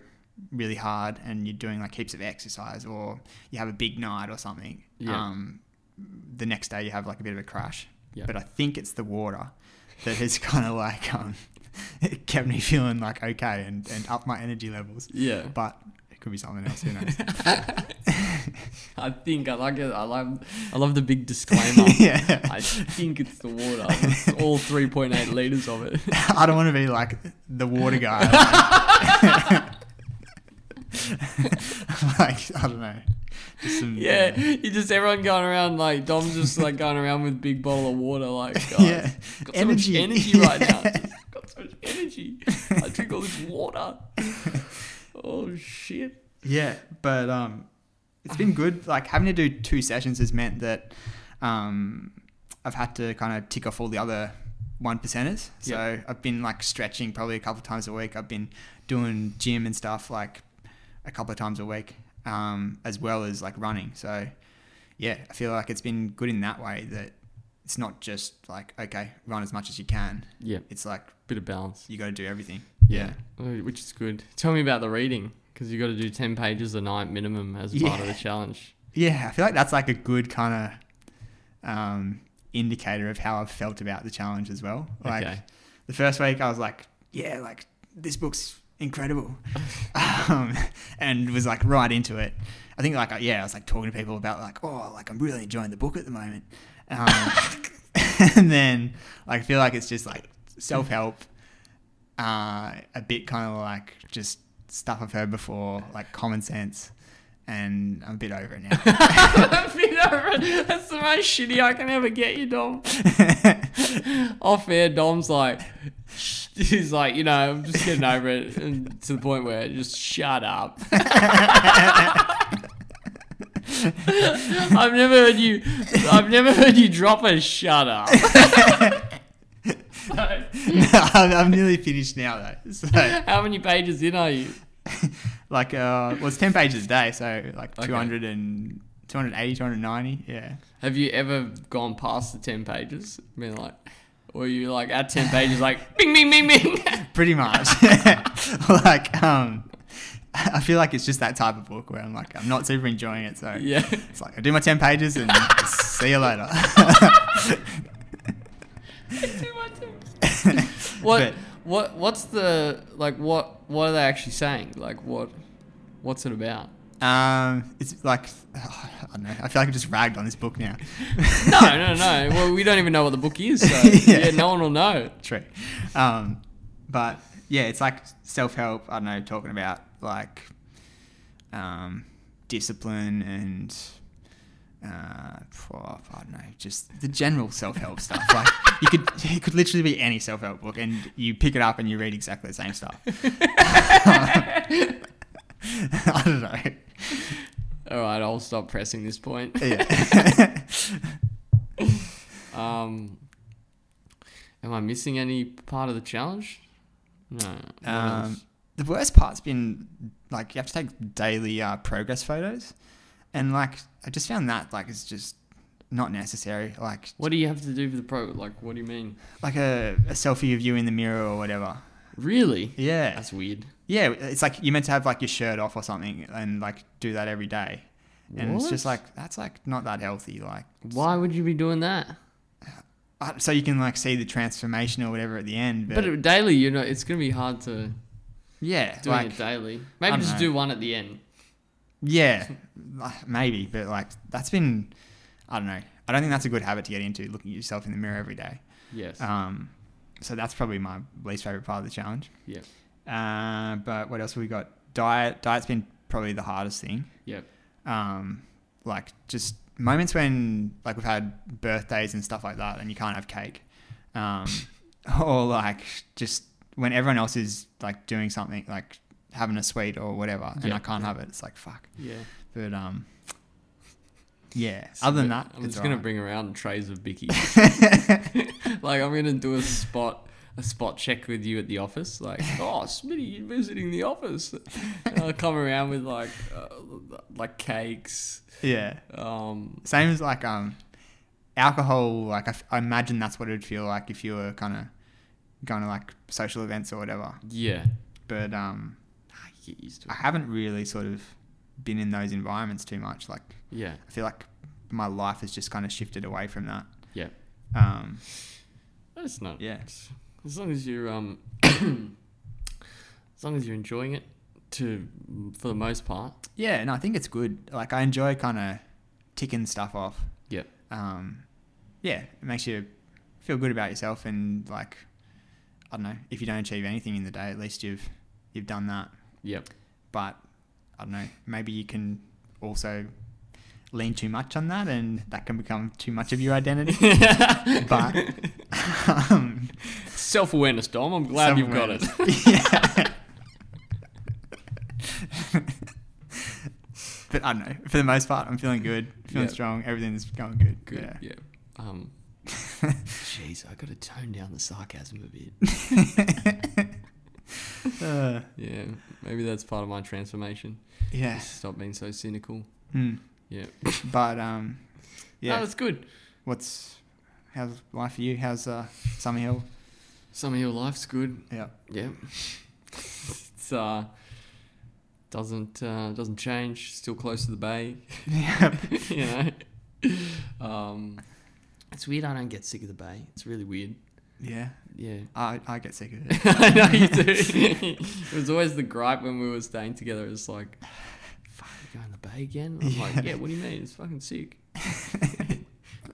Speaker 4: really hard and you're doing like heaps of exercise or you have a big night or something,
Speaker 2: Yeah.
Speaker 4: um, the next day you have like a bit of a crash.
Speaker 2: Yeah.
Speaker 4: But I think it's the water that has kind of like um, it kept me feeling like okay and, and up my energy levels.
Speaker 2: Yeah.
Speaker 4: But it could be something else, who knows?
Speaker 2: I think I like it. I love I love the big disclaimer.
Speaker 4: yeah.
Speaker 2: I think it's the water. It's all 3.8 liters of it.
Speaker 4: I don't want to be like the water guy. like, I don't know. Just some,
Speaker 2: Yeah, you just everyone going around like Dom's just like going around with big bottle of water, like guys,
Speaker 4: Yeah.
Speaker 2: got so energy.
Speaker 4: Energy.
Speaker 2: much energy right now. Just got so much energy. I drink all this water. Oh shit.
Speaker 4: Yeah, but um, it's been good. Like having to do two sessions has meant that um, I've had to kind of tick off all the other one percenters. So I've been like stretching probably a couple times a week. I've been doing gym and stuff like a couple of times a week, um, as well as like running. So yeah, I feel like it's been good in that way that it's not just like okay, run as much as you can.
Speaker 2: Yeah,
Speaker 4: It's like
Speaker 2: bit of balance.
Speaker 4: you got to do everything.
Speaker 2: Uh, which is good. Tell me about the reading because you got to do ten pages a night minimum as part of the
Speaker 4: Yeah.
Speaker 2: challenge.
Speaker 4: Yeah, I feel like that's like a good kind of um, indicator of how I've felt about the challenge as well. Like
Speaker 2: Okay.
Speaker 4: the first week, I was like, yeah, like this book's incredible, um, and was like right into it. I think like I- yeah, I was like talking to people about like oh, like I'm really enjoying the book at the moment. Um, and then like, I feel like it's just like self help, uh, a bit kind of like just stuff I've heard before, like common sense, and I'm a bit over it now.
Speaker 2: That's the most shitty I can ever get you, Dom. Off air, Dom's like, he's like, you know, I'm just getting over it and to the point where just shut up. I've never heard you. I've never heard you drop a shut up. So,
Speaker 4: No, I'm, I'm nearly finished now though. So,
Speaker 2: how many pages in are you?
Speaker 4: like, uh, well, it's ten pages a day, so like
Speaker 2: Okay.
Speaker 4: 200 and 280, 290, yeah.
Speaker 2: Have you ever gone past the ten pages? Been like, or you like at ten pages like, bing, bing, bing, bing.
Speaker 4: pretty much like um i feel like it's just that type of book where i'm like i'm not super enjoying it so
Speaker 2: yeah.
Speaker 4: it's like i do my 10 pages and see you later
Speaker 2: What
Speaker 4: But-
Speaker 2: what what's the like what what are they actually saying? Like what what's it about?
Speaker 4: um it's like i don't know i feel like i've just ragged on this book now
Speaker 2: No, no, no. Well, we don't even know what the book is, so
Speaker 4: Yeah.
Speaker 2: yeah, no one will know.
Speaker 4: true um but yeah it's like self-help i don't know talking about like um discipline and uh, for, I don't know, just the general self-help stuff. Like you could, it could literally be any self-help book, and you pick it up and you read exactly the same stuff. I don't know.
Speaker 2: All right, I'll stop pressing this point.
Speaker 4: Yeah.
Speaker 2: Um, am I missing any part of the challenge? No. what
Speaker 4: Um,
Speaker 2: else?
Speaker 4: the worst part's been like you have to take daily uh, progress photos, and like I just found that like it's just not necessary. Like
Speaker 2: What do you have to do for the pro? Like, what do you mean?
Speaker 4: like a, a selfie of you in the mirror or whatever.
Speaker 2: Really?
Speaker 4: Yeah,
Speaker 2: That's weird.
Speaker 4: yeah. It's like you're meant to have like your shirt off or something, and like do that every day. And it's just
Speaker 2: What?
Speaker 4: like that's like not that healthy. Like
Speaker 2: Why would you be doing that?
Speaker 4: uh, so you can like see the transformation or whatever at the end. But,
Speaker 2: But it- daily, you know, it's gonna be hard to
Speaker 4: yeah,
Speaker 2: doing
Speaker 4: like
Speaker 2: it daily. Maybe
Speaker 4: don't
Speaker 2: just
Speaker 4: know.
Speaker 2: do one at the end.
Speaker 4: Yeah, like, maybe, but like that's been, I don't know. I don't think that's a good habit to get into, looking at yourself in the mirror every day.
Speaker 2: Yes.
Speaker 4: Um, so that's probably my least favorite part of the challenge.
Speaker 2: Yeah.
Speaker 4: Uh, but what else have we got? Diet. Diet's been probably the hardest thing.
Speaker 2: Yep.
Speaker 4: Um, like just moments when like we've had birthdays and stuff like that, and you can't have cake, um, or like just when everyone else is like doing something like having a sweet or whatever, and
Speaker 2: Yeah,
Speaker 4: I can't
Speaker 2: yeah.
Speaker 4: have it. It's like fuck.
Speaker 2: Yeah.
Speaker 4: But um, yeah. Other than that,
Speaker 2: I'm
Speaker 4: it's
Speaker 2: just gonna
Speaker 4: alright.
Speaker 2: bring around trays of Bicky. like I'm gonna do a spot a spot check with you at the office. Like, oh, Smitty, you're visiting the office. And I'll come around with like uh, like cakes.
Speaker 4: yeah.
Speaker 2: Um,
Speaker 4: Same as like um, alcohol. Like I, f- I imagine that's what it would feel like if you were kind of going to like social events or whatever.
Speaker 2: yeah.
Speaker 4: But um,
Speaker 2: Ah, you Get used to
Speaker 4: I
Speaker 2: it.
Speaker 4: haven't really sort of been in those environments too much. Like
Speaker 2: Yeah.
Speaker 4: I feel like my life has just kind of shifted away from that.
Speaker 2: Yeah.
Speaker 4: Um,
Speaker 2: That's not.
Speaker 4: Yeah.
Speaker 2: it's- As long as you're um, as long as you're enjoying it, to for the most part.
Speaker 4: yeah, and I think it's good. Like I enjoy kind of ticking stuff off.
Speaker 2: Yep.
Speaker 4: um, yeah, it makes you feel good about yourself and like I don't know if you don't achieve anything in the day, at least you've you've done that.
Speaker 2: Yep.
Speaker 4: But I don't know, maybe you can also lean too much on that, and that can become too much of your identity. but um,
Speaker 2: Self awareness, Dom. I'm glad you've got it.
Speaker 4: self-awareness. yeah. But I don't know. For the most part, I'm feeling good, feeling
Speaker 2: Yeah.
Speaker 4: strong. Everything's going good.
Speaker 2: Good.
Speaker 4: Yeah.
Speaker 2: Yeah. Um. Jeez, I got to tone down the sarcasm a bit.
Speaker 4: Uh,
Speaker 2: Yeah, maybe that's part of my transformation.
Speaker 4: yeah.
Speaker 2: Just Stop being so cynical.
Speaker 4: Mm.
Speaker 2: Yeah.
Speaker 4: But um,
Speaker 2: Yeah,
Speaker 4: yeah.
Speaker 2: that's good.
Speaker 4: What's how's life for you? How's uh, Summer Hill?
Speaker 2: Some of your life's good.
Speaker 4: Yeah.
Speaker 2: Yeah. it's uh, doesn't uh, doesn't change. Still close to the bay.
Speaker 4: yeah.
Speaker 2: you know. Um, it's weird. I don't get sick of the bay. It's really weird.
Speaker 4: Yeah.
Speaker 2: Yeah.
Speaker 4: I I get sick of it.
Speaker 2: I know you do. it was always the gripe when we were staying together. It's like, fuck, we're going to the bay again? I'm like,
Speaker 4: Yeah.
Speaker 2: yeah, what do you mean? It's fucking sick.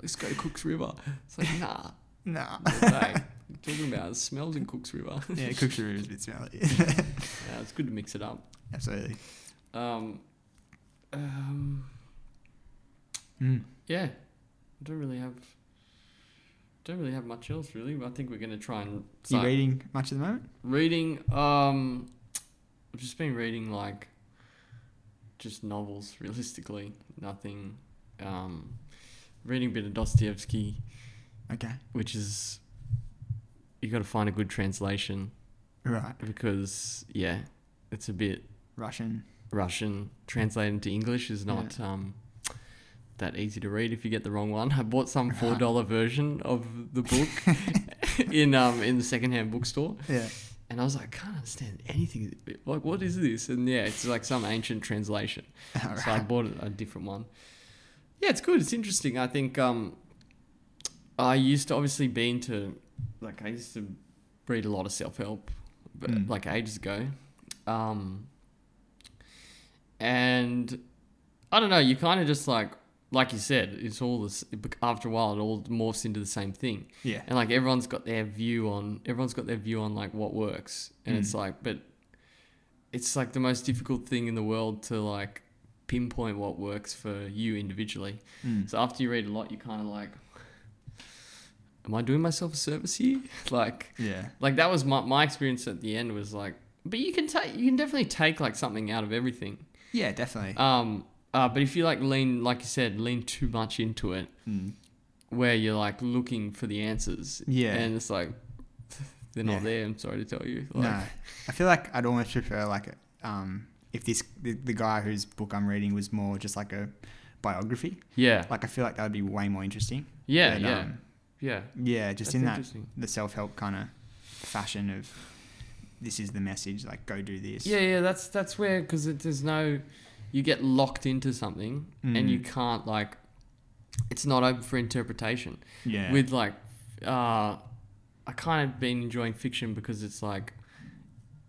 Speaker 2: let's go to Cooks River. It's like, nah.
Speaker 4: Nah.
Speaker 2: like, talking about it smells in Cooks River.
Speaker 4: yeah, Cook's River is a bit smelly.
Speaker 2: Uh, it's good to mix it up.
Speaker 4: Absolutely.
Speaker 2: Um, um,
Speaker 4: Mm.
Speaker 2: yeah, I don't really have. Don't really have much else really. I think we're gonna try and
Speaker 4: You
Speaker 2: start
Speaker 4: reading much at the moment?
Speaker 2: reading. Um, I've just been reading like just novels. Realistically, nothing. Um, reading a bit of Dostoevsky,
Speaker 4: Okay.
Speaker 2: which is you got to find a good translation
Speaker 4: Right.
Speaker 2: because yeah, it's a bit
Speaker 4: Russian.
Speaker 2: Russian translated into English is not um, that easy to read if you get the wrong one. I bought some four dollar version of the book in um, in the secondhand bookstore,
Speaker 4: Yeah.
Speaker 2: and I was like, I can't understand anything. Like, what is this? And yeah, it's like some ancient translation.
Speaker 4: All
Speaker 2: So I
Speaker 4: right.
Speaker 2: bought a different one. Yeah, it's good. It's interesting. I think um, I used to obviously be into like I used to read a lot of self help, but
Speaker 4: Mm.
Speaker 2: like ages ago, um, and I don't know. You kind of just like like you said, it's all this. After a while, it all morphs into the same thing
Speaker 4: Yeah.
Speaker 2: and like everyone's got their view on everyone's got their view on like what works and it's
Speaker 4: Mm.
Speaker 2: like but it's like the most difficult thing in the world to like pinpoint what works for you individually
Speaker 4: Mm.
Speaker 2: so after you read a lot you kind of like am i doing myself a service here like
Speaker 4: Yeah.
Speaker 2: like that was my, my experience at the end was like but you can take you can definitely take like something out of everything
Speaker 4: Yeah, definitely.
Speaker 2: um uh, but if you like lean like you said lean too much into it
Speaker 4: Mm.
Speaker 2: where you're like looking for the answers.
Speaker 4: Yeah.
Speaker 2: And it's like they're not
Speaker 4: Yeah.
Speaker 2: there, I'm sorry to tell you. Like,
Speaker 4: No, I feel like I'd almost prefer like um, if this the, the guy whose book I'm reading was more just like a biography.
Speaker 2: Yeah.
Speaker 4: Like I feel like that would be way more interesting.
Speaker 2: Yeah,
Speaker 4: But,
Speaker 2: yeah.
Speaker 4: um,
Speaker 2: yeah.
Speaker 4: yeah. Just
Speaker 2: That's
Speaker 4: in that
Speaker 2: interesting.
Speaker 4: the self help kind of fashion of this is the message. Like go do this.
Speaker 2: Yeah, yeah, that's that's where cuz there's no you get locked into something and
Speaker 4: Mm.
Speaker 2: you can't like it's not open for interpretation.
Speaker 4: Yeah.
Speaker 2: With like uh I kind of been enjoying fiction because it's like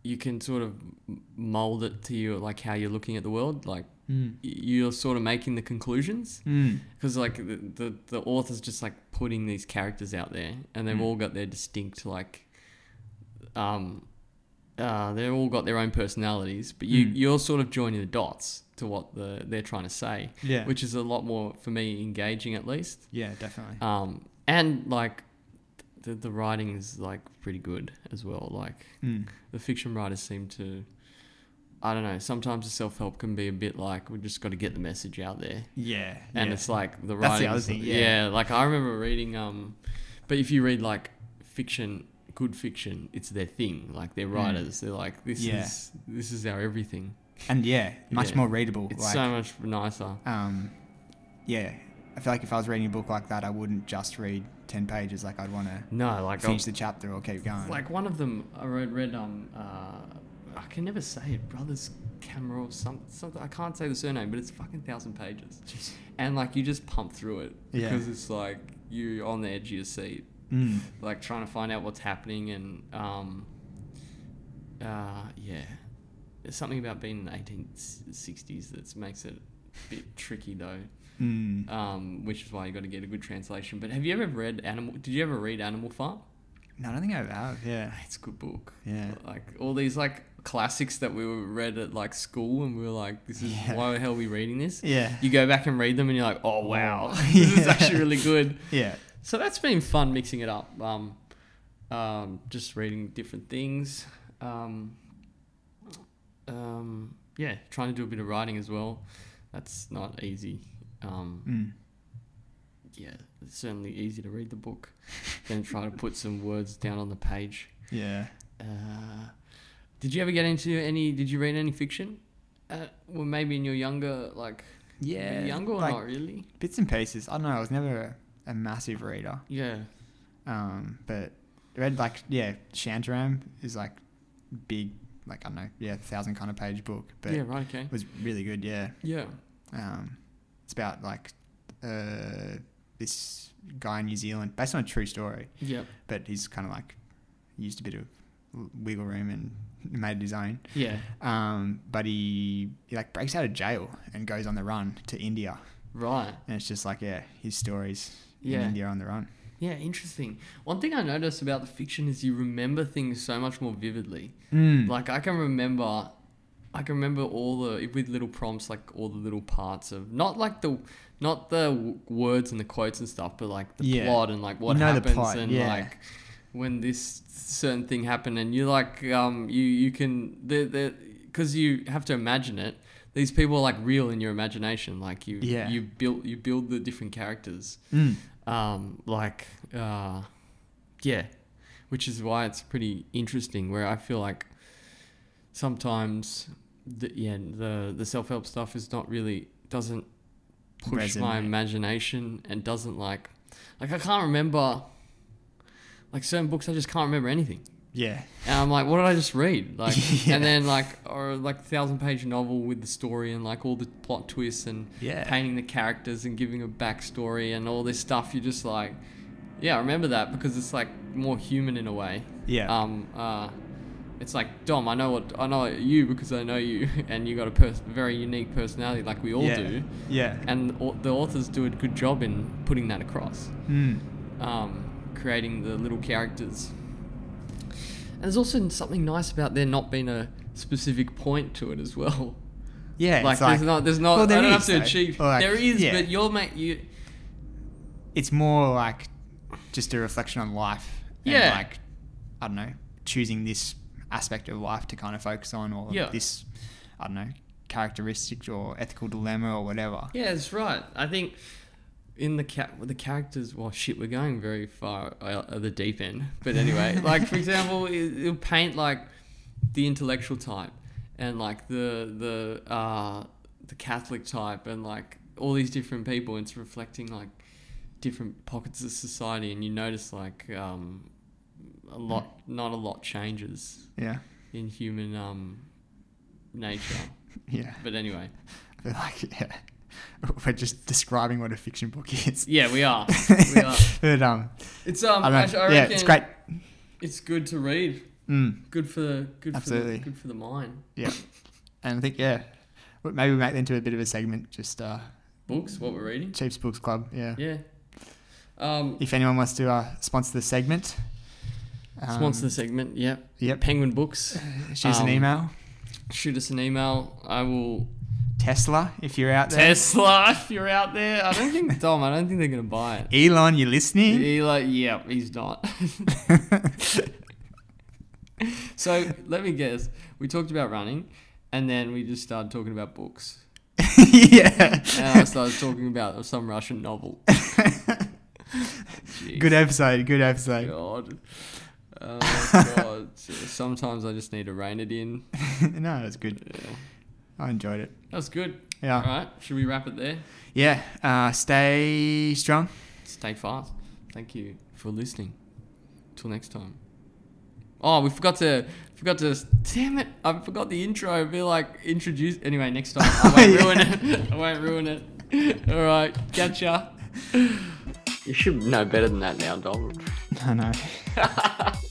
Speaker 2: you can sort of m- mold it to you like how you're looking at the world like
Speaker 4: Mm.
Speaker 2: y- you're sort of making the conclusions
Speaker 4: Mm.
Speaker 2: because like the, the the author's just like putting these characters out there and they've
Speaker 4: Mm.
Speaker 2: all got their distinct like um uh they've all got their own personalities but you
Speaker 4: Mm.
Speaker 2: you're sort of joining the dots to what the they're trying to say
Speaker 4: Yeah.
Speaker 2: which is a lot more for me engaging at least
Speaker 4: yeah, definitely.
Speaker 2: um and like the, the writing is like pretty good as well like
Speaker 4: Mm.
Speaker 2: the fiction writers seem to I don't know. Sometimes the self help can be a bit like we just got to get the message out there
Speaker 4: Yeah.
Speaker 2: and
Speaker 4: yeah.
Speaker 2: it's like the
Speaker 4: That's the
Speaker 2: writing.
Speaker 4: other thing, yeah.
Speaker 2: like I remember reading. Um, but if you read like fiction, good fiction, it's their thing. Like they're writers. They're like this
Speaker 4: Mm. Yeah.
Speaker 2: is this is our everything.
Speaker 4: and yeah, much
Speaker 2: Yeah.
Speaker 4: more readable.
Speaker 2: It's
Speaker 4: like
Speaker 2: so much nicer.
Speaker 4: um, yeah. I feel like if I was reading a book like that, I wouldn't just read ten pages. Like I'd want to
Speaker 2: No, like I,
Speaker 4: finish the chapter or keep going.
Speaker 2: like one of them I read read um uh I can never say it brothers Camera or some something I can't say the surname but it's fucking thousand pages
Speaker 4: Jeez.
Speaker 2: and like you just pump through it
Speaker 4: Yeah.
Speaker 2: because it's like you're on the edge of your seat
Speaker 4: Mm.
Speaker 2: like trying to find out what's happening and um uh yeah there's something about being in the 1860s that makes it a bit tricky though
Speaker 4: Mm.
Speaker 2: um which is why you got to get a good translation but have you ever read animal did you ever read animal farm
Speaker 4: No, I don't think I have. Yeah.
Speaker 2: it's a good book
Speaker 4: Yeah.
Speaker 2: like all these like classics that we were read at like school and we were like this is
Speaker 4: Yeah.
Speaker 2: why the hell are we reading this
Speaker 4: Yeah.
Speaker 2: you go back and read them and you're like oh wow
Speaker 4: Wow.
Speaker 2: this is
Speaker 4: Yeah.
Speaker 2: actually really good
Speaker 4: Yeah.
Speaker 2: so that's been fun mixing it up. Um, um, just reading different things. Um, um, yeah, trying to do a bit of writing as well. That's not easy. Um,
Speaker 4: Mm.
Speaker 2: yeah, it's certainly easy to read the book, then try to put some words down on the page.
Speaker 4: Yeah.
Speaker 2: Uh, did you ever get into any? Did you read any fiction? Uh, well, maybe in your younger, like
Speaker 4: Yeah.
Speaker 2: younger or
Speaker 4: like,
Speaker 2: not really.
Speaker 4: Bits and pieces. I don't know. I was never a, a massive reader.
Speaker 2: Yeah,
Speaker 4: Um, but I read like yeah, Shantaram is like big. Like I don't know. Yeah, thousand kind of page book, but
Speaker 2: yeah, right, okay,
Speaker 4: it was really good. Yeah.
Speaker 2: yeah,
Speaker 4: Um, it's about like uh this guy in New Zealand based on a true story.
Speaker 2: yeah,
Speaker 4: but he's kind of like used a bit of wiggle room and made it his own.
Speaker 2: yeah,
Speaker 4: Um, but he, he like breaks out of jail and goes on the run to India,
Speaker 2: right.
Speaker 4: and it's just like yeah, his stories in
Speaker 2: Yeah.
Speaker 4: India on their own.
Speaker 2: Yeah, interesting. One thing I noticed about the fiction is you remember things so much more vividly.
Speaker 4: Hmm.
Speaker 2: Like I can remember, I can remember all the with little prompts, like all the little parts of not like the not the w- words and the quotes and stuff, but like the
Speaker 4: Yeah.
Speaker 2: plot and like what
Speaker 4: You know the
Speaker 2: happens
Speaker 4: plot,
Speaker 2: and
Speaker 4: yeah.
Speaker 2: like when this certain thing happened and you like um you you can the because you have to imagine it. These people are like real in your imagination. Like you
Speaker 4: Yeah.
Speaker 2: you build you build the different characters
Speaker 4: Mm.
Speaker 2: um, like uh, yeah, which is why it's pretty interesting. Where I feel like sometimes the yeah the the self help stuff is not really doesn't push my
Speaker 4: Resonate.
Speaker 2: imagination and doesn't like like I can't remember like certain books I just can't remember anything.
Speaker 4: Yeah.
Speaker 2: And I'm like, what did I just read? Like,
Speaker 4: Yeah.
Speaker 2: and then like, or like thousand page novel with the story and like all the plot twists and
Speaker 4: Yeah.
Speaker 2: painting the characters and giving a backstory and all this stuff. You're just like, yeah, I remember that because it's like more human in a way.
Speaker 4: Yeah.
Speaker 2: Um. Uh, it's like Dom. I know what I know you because I know you, and you got a pers- very unique personality, like we all
Speaker 4: yeah.
Speaker 2: do.
Speaker 4: Yeah.
Speaker 2: And au- the authors do a good job in putting that across
Speaker 4: Mm.
Speaker 2: um, creating the little characters. And there's also something nice about there not being a specific point to it as well.
Speaker 4: Yeah.
Speaker 2: like,
Speaker 4: it's
Speaker 2: there's not, there's not.
Speaker 4: Well, there
Speaker 2: I don't
Speaker 4: is,
Speaker 2: have to
Speaker 4: though.
Speaker 2: achieve.
Speaker 4: Or, like,
Speaker 2: there is,
Speaker 4: yeah.
Speaker 2: but you're mate. You
Speaker 4: it's more like just a reflection on life. and,
Speaker 2: Yeah.
Speaker 4: like I don't know, choosing this aspect of life to kind of focus on, or
Speaker 2: Yeah.
Speaker 4: this I don't know characteristic or ethical dilemma or whatever.
Speaker 2: Yeah, that's right. I think in the cat the characters. Well, shit, we're going very far uh, at the deep end. But anyway, like for example, it, it'll paint like the intellectual type and like the the uh, the Catholic type and like all these different people. It's reflecting like different pockets of society, and you notice like um, a lot, not a lot changes
Speaker 4: Yeah.
Speaker 2: in human um, nature.
Speaker 4: Yeah.
Speaker 2: But anyway,
Speaker 4: I feel like yeah, we're just describing what a fiction book is.
Speaker 2: yeah, we are. We are.
Speaker 4: but um,
Speaker 2: It's um,
Speaker 4: I
Speaker 2: I,
Speaker 4: don't know.
Speaker 2: I reckon
Speaker 4: yeah, it's great.
Speaker 2: It's good to read.
Speaker 4: Mm,
Speaker 2: Good for the good
Speaker 4: Absolutely.
Speaker 2: for the, good for the mind.
Speaker 4: yeah, and I think yeah, w- maybe we make that into a bit of a segment, just uh,
Speaker 2: Books, what we're reading.
Speaker 4: Chiefs Books Club. Yeah.
Speaker 2: Yeah. Um,
Speaker 4: If anyone wants to uh, sponsor the segment,
Speaker 2: sponsor the
Speaker 4: um,
Speaker 2: segment. Yeah.
Speaker 4: Yep.
Speaker 2: Penguin Books.
Speaker 4: She's
Speaker 2: Um,
Speaker 4: an email.
Speaker 2: Shoot us an email. I will.
Speaker 4: Tesla, if you're out there.
Speaker 2: Tesla, if you're out there, I don't think Dom. I don't think they're gonna buy it.
Speaker 4: Elon, you're listening.
Speaker 2: He like, yeah, he's not. so let me guess. We talked about running, and then we just started talking about books.
Speaker 4: yeah.
Speaker 2: And I started talking about some Russian novel. Jeez.
Speaker 4: Good episode. Good episode.
Speaker 2: God. Oh, God. Sometimes I just need to rein it in.
Speaker 4: no, that's good. I enjoyed it.
Speaker 2: That's good.
Speaker 4: Yeah.
Speaker 2: All right. Should we wrap it there?
Speaker 4: Yeah. Uh, stay strong.
Speaker 2: Stay fast. Thank you for listening. Till next time. Oh, we forgot to forgot to damn it! I forgot the intro. Be like introduce anyway. Next time I won't
Speaker 4: Yeah.
Speaker 2: ruin it. I won't ruin it. All right, gotcha. You should know better than that now, Donald.
Speaker 1: I know.